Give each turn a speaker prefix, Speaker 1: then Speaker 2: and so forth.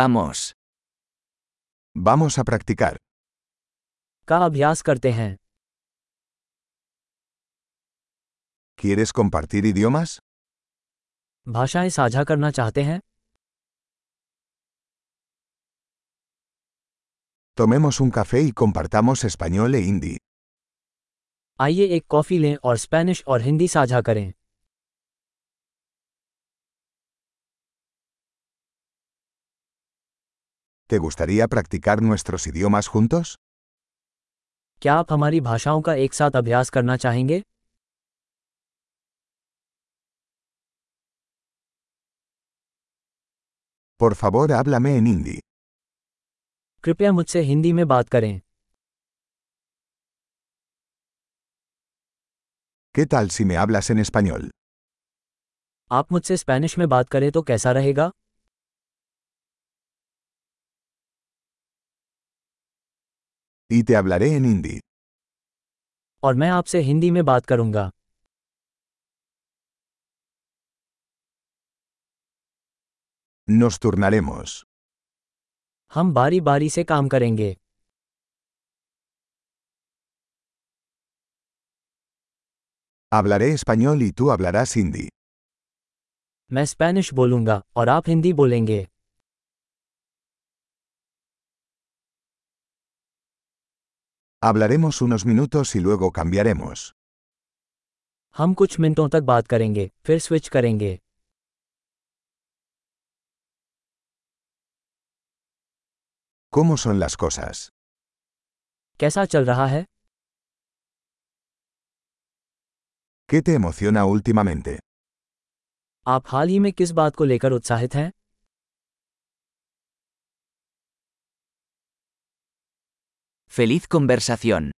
Speaker 1: Vamos.
Speaker 2: Vamos a practicar.
Speaker 3: का अभ्यास करते हैं
Speaker 2: ¿Quieres compartir idiomas?
Speaker 3: भाषाएं साझा करना चाहते हैं
Speaker 2: Tomemos un café y compartamos español e hindi.
Speaker 3: आइए एक कॉफ़ी लें और स्पेनिश और हिंदी साझा करें
Speaker 2: ¿Te gustaría practicar nuestros idiomas juntos?
Speaker 3: क्या आप हमारी भाषाओं का एक साथ अभ्यास करना चाहेंगे
Speaker 2: Por favor, háblame en hindi.
Speaker 3: कृपया मुझसे हिंदी में बात करें
Speaker 2: ¿Qué tal si me hablas en español?
Speaker 3: आप मुझसे स्पेनिश में बात करें तो कैसा रहेगा
Speaker 2: Y te hablaré en hindi.
Speaker 3: और मैं आपसे हिंदी में बात करूंगा
Speaker 2: Nos turnaremos.
Speaker 3: हम बारी बारी से काम करेंगे
Speaker 2: Hablaré español y tú hablarás hindi.
Speaker 3: मैं स्पेनिश बोलूंगा और आप हिंदी बोलेंगे
Speaker 2: Hablaremos unos minutos y luego cambiaremos.
Speaker 3: हम कुछ मिनटों तक बात करेंगे फिर स्विच करेंगे
Speaker 2: ¿Cómo son las cosas?
Speaker 3: कैसा चल रहा है
Speaker 2: ¿Qué te emociona últimamente?
Speaker 3: आप हाल ही में किस बात को लेकर उत्साहित हैं
Speaker 1: Feliz conversación.